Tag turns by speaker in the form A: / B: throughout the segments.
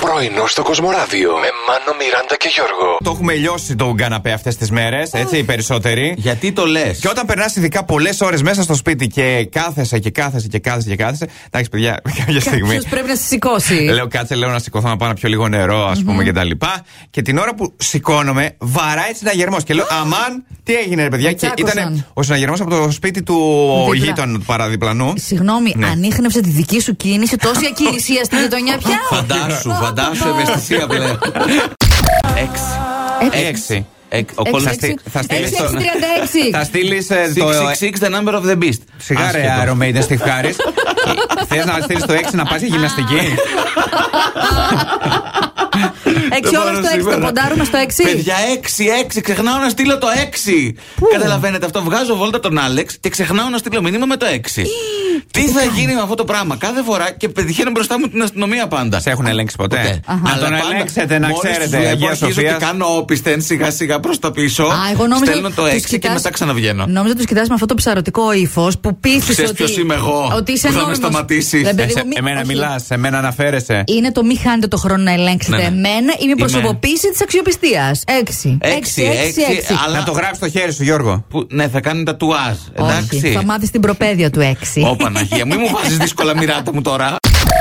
A: Πρωινό στο Κοσμοράδιο με Μάνο, Μιράντα και Γιώργο.
B: Το έχουμε λιώσει τον καναπέ αυτές τις μέρες, έτσι, οι περισσότεροι.
C: Γιατί το λες.
B: Και όταν περνάς ειδικά πολλές ώρες μέσα στο σπίτι και κάθεσαι και κάθεσαι και κάθεσαι και κάθεσαι. Εντάξει, παιδιά, κάποια στιγμή.
D: Κάποιο πρέπει να σε σηκώσει.
B: Λέω κάτσε, λέω να σηκωθώ να πάω να πιω λίγο νερό, ας πούμε, και τα λοιπά. Και την ώρα που σηκώνομαι, βαράει συναγερμό. Και λέω, Αμάν, τι έγινε, ρε παιδιά.
D: Με
B: Και
D: τσάκωσαν.
B: ήταν ο συναγερμός από το σπίτι του
D: Δίπλα.
B: γείτονου του παραδιπλανού.
D: Συγγνώμη,
B: Ναι.
D: ανείχνευσε τη δική σου κίνηση τόση ακινησία στη γειτονιά πια.
C: Φαντάσου, φαντάσου, ευαισθησία Ε, βλέπω. Έξι.
D: Ε,
B: Έξι.
C: Εκ- Ο
D: Έξι,
C: κόλλος
B: Θα στείλ-
D: έξι.
B: θα στείλεις
D: Έξι,
B: το-
D: έξι, τριάντα έξι.
B: Θα στείλει το.
C: 666 the number of the beast.
B: Σιγά ρε
C: Άσχετο.
B: Iron Maiden στη χάρη. Θες να στείλεις το 6 να πας για γυμναστική.
D: Έξι
C: Δεν
D: όλα
C: μπορώ
D: στο έξι. Το
C: σήμερα.
D: ποντάρουμε στο έξι.
C: Παιδιά, 6-6. Ξεχνάω να στείλω το 6. Καταλαβαίνετε αυτό. Βγάζω βόλτα τον Άλεξ και ξεχνάω να στείλω μήνυμα με το 6. Τι θα γίνει με αυτό το πράγμα κάθε φορά και πετυχαίνω μπροστά μου την αστυνομία πάντα.
B: Σε έχουν ελέγξει ποτέ. Να τον ελέγξετε, να ξέρετε. Αγία
C: Αγία
B: Σοφία.
C: και κάνω όπισθεν σιγά σιγά προς τα πίσω.
D: Α, εγώ νόμιζα
C: Στέλνω το
D: τους
C: 6 και
D: κοιτάς-
C: μετά ξαναβγαίνω.
D: Νόμιζα τους κοιτάς με αυτό το ψαρωτικό ύφος που πείθησε
C: Ξέρεις
D: ότι.
C: ποιος είμαι εγώ,
D: Ότι είσαι
C: που θα με
D: νόμιμος.
C: σταματήσεις.
D: Ρε, παιδί
B: Ε, σε-
D: μου, μη-
B: Εμένα
D: όχι.
B: μιλάς, σε μένα αναφέρεσαι.
D: Είναι το μη χάνετε το χρόνο να ελέγξετε
C: Ναι, ναι.
D: εμένα ή μη
C: Είμαι-
D: προσωποποίηση της αξιοπιστίας. Έξι.
C: Έξι,
D: έξι,
C: έξι,
D: έξι.
C: αλλά-
B: Να το γράψει στο χέρι σου, Γιώργο.
C: Που, ναι, θα κάνει τα τουάζ.
D: Όχι,
C: Εντάξει.
D: θα μάθεις την προπαίδεια του έξι.
C: Ω Παναγία, μην μου βάζεις δύσκολα μοιράτα μου τώρα.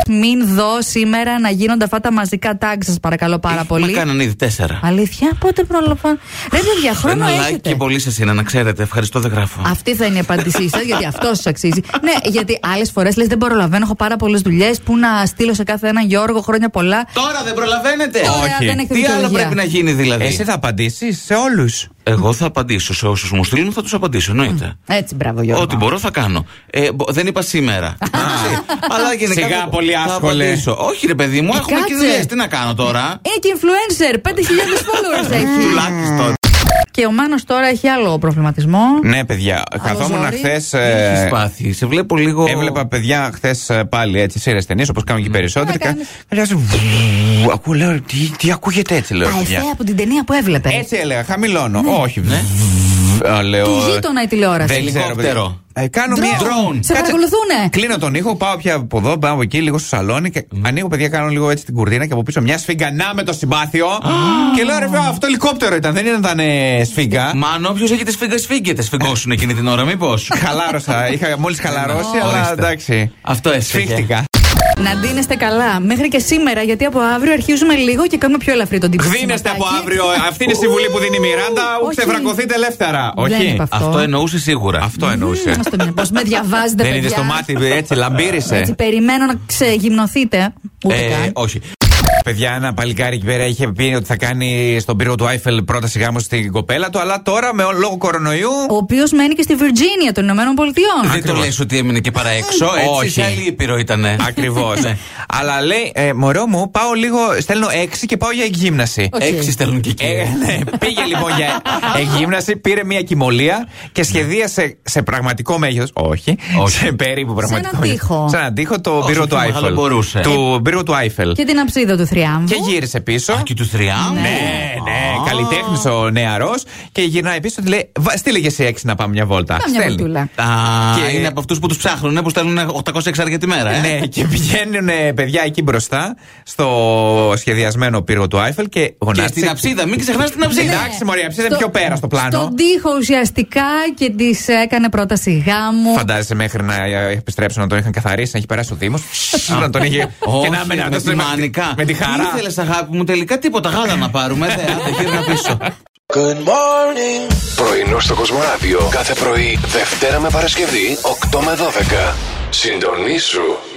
D: Μην δω σήμερα να γίνονται αυτά τα μαζικά tag, σας παρακαλώ πάρα
C: Μα
D: πολύ.
C: κάναν ήδη τέσσερα.
D: Αλήθεια, πότε πρόλαβα. Ρε, παιδιά, χρόνο
C: Ένα like
D: έχετε.
C: και πολύ σας είναι, να ξέρετε. Ευχαριστώ, δεν γράφω.
D: Αυτή θα είναι η απάντησή σας, γιατί αυτό σας αξίζει. ναι, γιατί άλλες φορές λες: Δεν προλαβαίνω, έχω πάρα πολλές δουλειές. Πού να στείλω σε κάθε έναν Γιώργο χρόνια πολλά.
C: Τώρα δεν προλαβαίνετε.
D: Ωραία,
B: όχι.
D: δεν έχετε
C: Ε, Τι άλλο
D: δικαιολογία.
C: πρέπει να γίνει δηλαδή.
B: Εσύ θα απαντήσεις σε όλους.
C: Εγώ θα απαντήσω σε όσους μου στείλουν, θα τους απαντήσω. Εννοείται.
D: Έτσι, μπράβο, Γιώργο.
C: Ό,τι μπορώ θα κάνω. Ε, μπο- δεν είπα σήμερα. Εντάξει. Αλλά γενικά.
B: Σιγά,
C: θα-
B: πολύ
C: θα
B: άσχολε.
C: απαντήσω. Όχι, ρε παιδί μου, έχουμε και
D: Ε, κάτσε. Ε,
C: δουλειές. Τι να κάνω τώρα.
D: Είναι και influencer, 5.000
C: Ναι.
D: followers έχει.
C: Τουλάχιστον.
D: και ο Μάνος τώρα έχει άλλο προβληματισμό.
B: Ναι, παιδιά, καθόμουν
D: ζόρι.
B: χθες.
C: Έχει πάθει. Σε βλέπω λίγο.
B: Ε, Έβλεπα παιδιά χθες πάλι έτσι σειρές ταινίες όπως κάνουν και οι περισσότεροι.
D: Τι να κάνεις?
B: Κα- λέω, «Βου, Ακούω, λέω, τι, τι ακούγεται έτσι, λέω.
D: Τα
B: παιδιά.
D: ευθεία από την ταινία που έβλεπες.
B: Έτσι έλεγα, χαμηλώνω. Όχι, Α, λέω.
D: Ναι. Του γείτονα η τηλεόραση.
B: Δεν ξέρω,
C: Ελικόπτερο.
B: παιδιά. Ε, Κάνω
D: Drone.
B: μία.
D: Drone. Σε
B: Κάτσε-
D: παρακολουθούνε.
B: Κλείνω τον ήχο, πάω πια από εδώ, πάω από εκεί, λίγο στο σαλόνι και ανοίγω, παιδιά, κάνω λίγο έτσι την κουρτίνα και από πίσω μια σφιγγανά με το συμπάθειο. και λέω, ρε, παιδιά, αυτό ελικόπτερο ήταν, δεν ήταν ε, σφίγγα.
C: Μαν όποιος έχει τι φίγγε, φύγγετε. Σφυγγώσουν εκείνη την ώρα, μήπως.
B: Χαλάρωσα, είχα μόλις χαλαρώσει, αλλά
C: Ορίστε.
B: εντάξει.
C: Αυτό έφυγε.
B: Σφίχτηκα.
D: Να ντύνεστε καλά. Μέχρι και σήμερα, γιατί από αύριο αρχίζουμε λίγο και κάνουμε πιο ελαφρύ τον τύπο.
B: Γδίνεστε από
D: Σηματάκι.
B: αύριο. Αυτή είναι η συμβουλή που δίνει η Μιράντα.
D: Όχι.
B: Ξεβρακωθείτε ελεύθερα.
D: Δεν
B: Όχι.
D: είπα αυτό.
C: Αυτό εννοούσε σίγουρα.
B: Αυτό εννοούσε.
D: Ας το μείνε, Πώς με διαβάζετε,
B: Δεν
D: παιδιά.
B: είδε το μάτι, ναι. έτσι
D: Έτσι,
B: λαμπύρισε.
D: περιμένω να ξεγυμνοθείτε. Ούτε
C: Ε,
D: καν.
C: όχι.
B: Παιδιά, ένα παλικάρι εκεί πέρα είχε πει ότι θα κάνει στον πύργο του Άιφελ πρόταση γάμου στην κοπέλα του, αλλά τώρα με ό- λόγω κορονοϊού.
D: Ο οποίος μένει και στη Βιρτζίνια των Ηνωμένων Πολιτειών.
C: Δεν το λες ότι έμεινε και παρά έξω, έτσι.
B: Όχι.
C: Σε άλλη ήπειρο ήτανε.
B: Ακριβώς.
C: Ναι.
B: αλλά λέει, ε, μωρό μου, πάω λίγο, στέλνω έξι και πάω για εκγύμναση.
D: Οκ.
C: Έξι στέλνουν και
B: Ε,
C: εκεί.
B: ναι, πήγε λοιπόν για εκγύμναση, πήρε μια κοιμωλία και σχεδίασε σε πραγματικό μέγεθος. Όχι,
C: Όχι.
B: σε περίπου πραγματικό.
D: έναν
B: μέγεθος,
D: τοίχο.
B: Σε έναν τοίχο το
C: Όσο
B: πύργο του
C: πιο μεγάλο
B: Άιφελ.
C: μπορούσε.
B: Του πύργο του Άιφελ.
D: Και την αψίδα του Θριάμβου.
B: Και γύρισε πίσω.
C: Α, και τους θριάμβου.
B: Ναι, ναι,
C: Α.
B: καλλιτέχνης ο νεαρός και γυρνάει πίσω και λέει: «Βα- Στείλε και εσύ έξι να πάμε μια βόλτα.
D: Πάμε μια
B: Στέλνει.
D: βολτούλα.
C: Α,
B: Και-
C: είναι από αυτούς που τους ψάχνουν, ε, που στέλνουν 800 εξάρια τη μέρα. ε.
B: Ναι, και πηγαίνουν ε, παιδιά εκεί μπροστά στο σχεδιασμένο πύργο του Άιφελ και
C: Και
B: γονάτισε.
C: στην αψίδα, μην ξεχνάς την αψίδα.
B: Ναι. Εντάξει, μωρή, η αψίδα είναι πιο πέρα στο πλάνο.
D: Στον τοίχο ουσιαστικά και της έκανε πρόταση γάμου.
B: Φαντάζεσαι μέχρι να ε, επιστρέψουν να τον είχαν καθαρίσει, να έχει περάσει ο Δήμος. να τον είχε.
C: Όχι,
B: και να έμενε
C: με
B: αυτός
C: τη μανικά.
B: Με τη χαρά.
C: Ήθελες αγάπη μου τελικά τίποτα. Γάλα να πάρουμε. Δε, άντε, γύρνα πίσω.
A: Πρωινό στο Κοσμοράδιο κάθε πρωί, Δευτέρα με Παρασκευή, 8 με 12. Συντονίσου.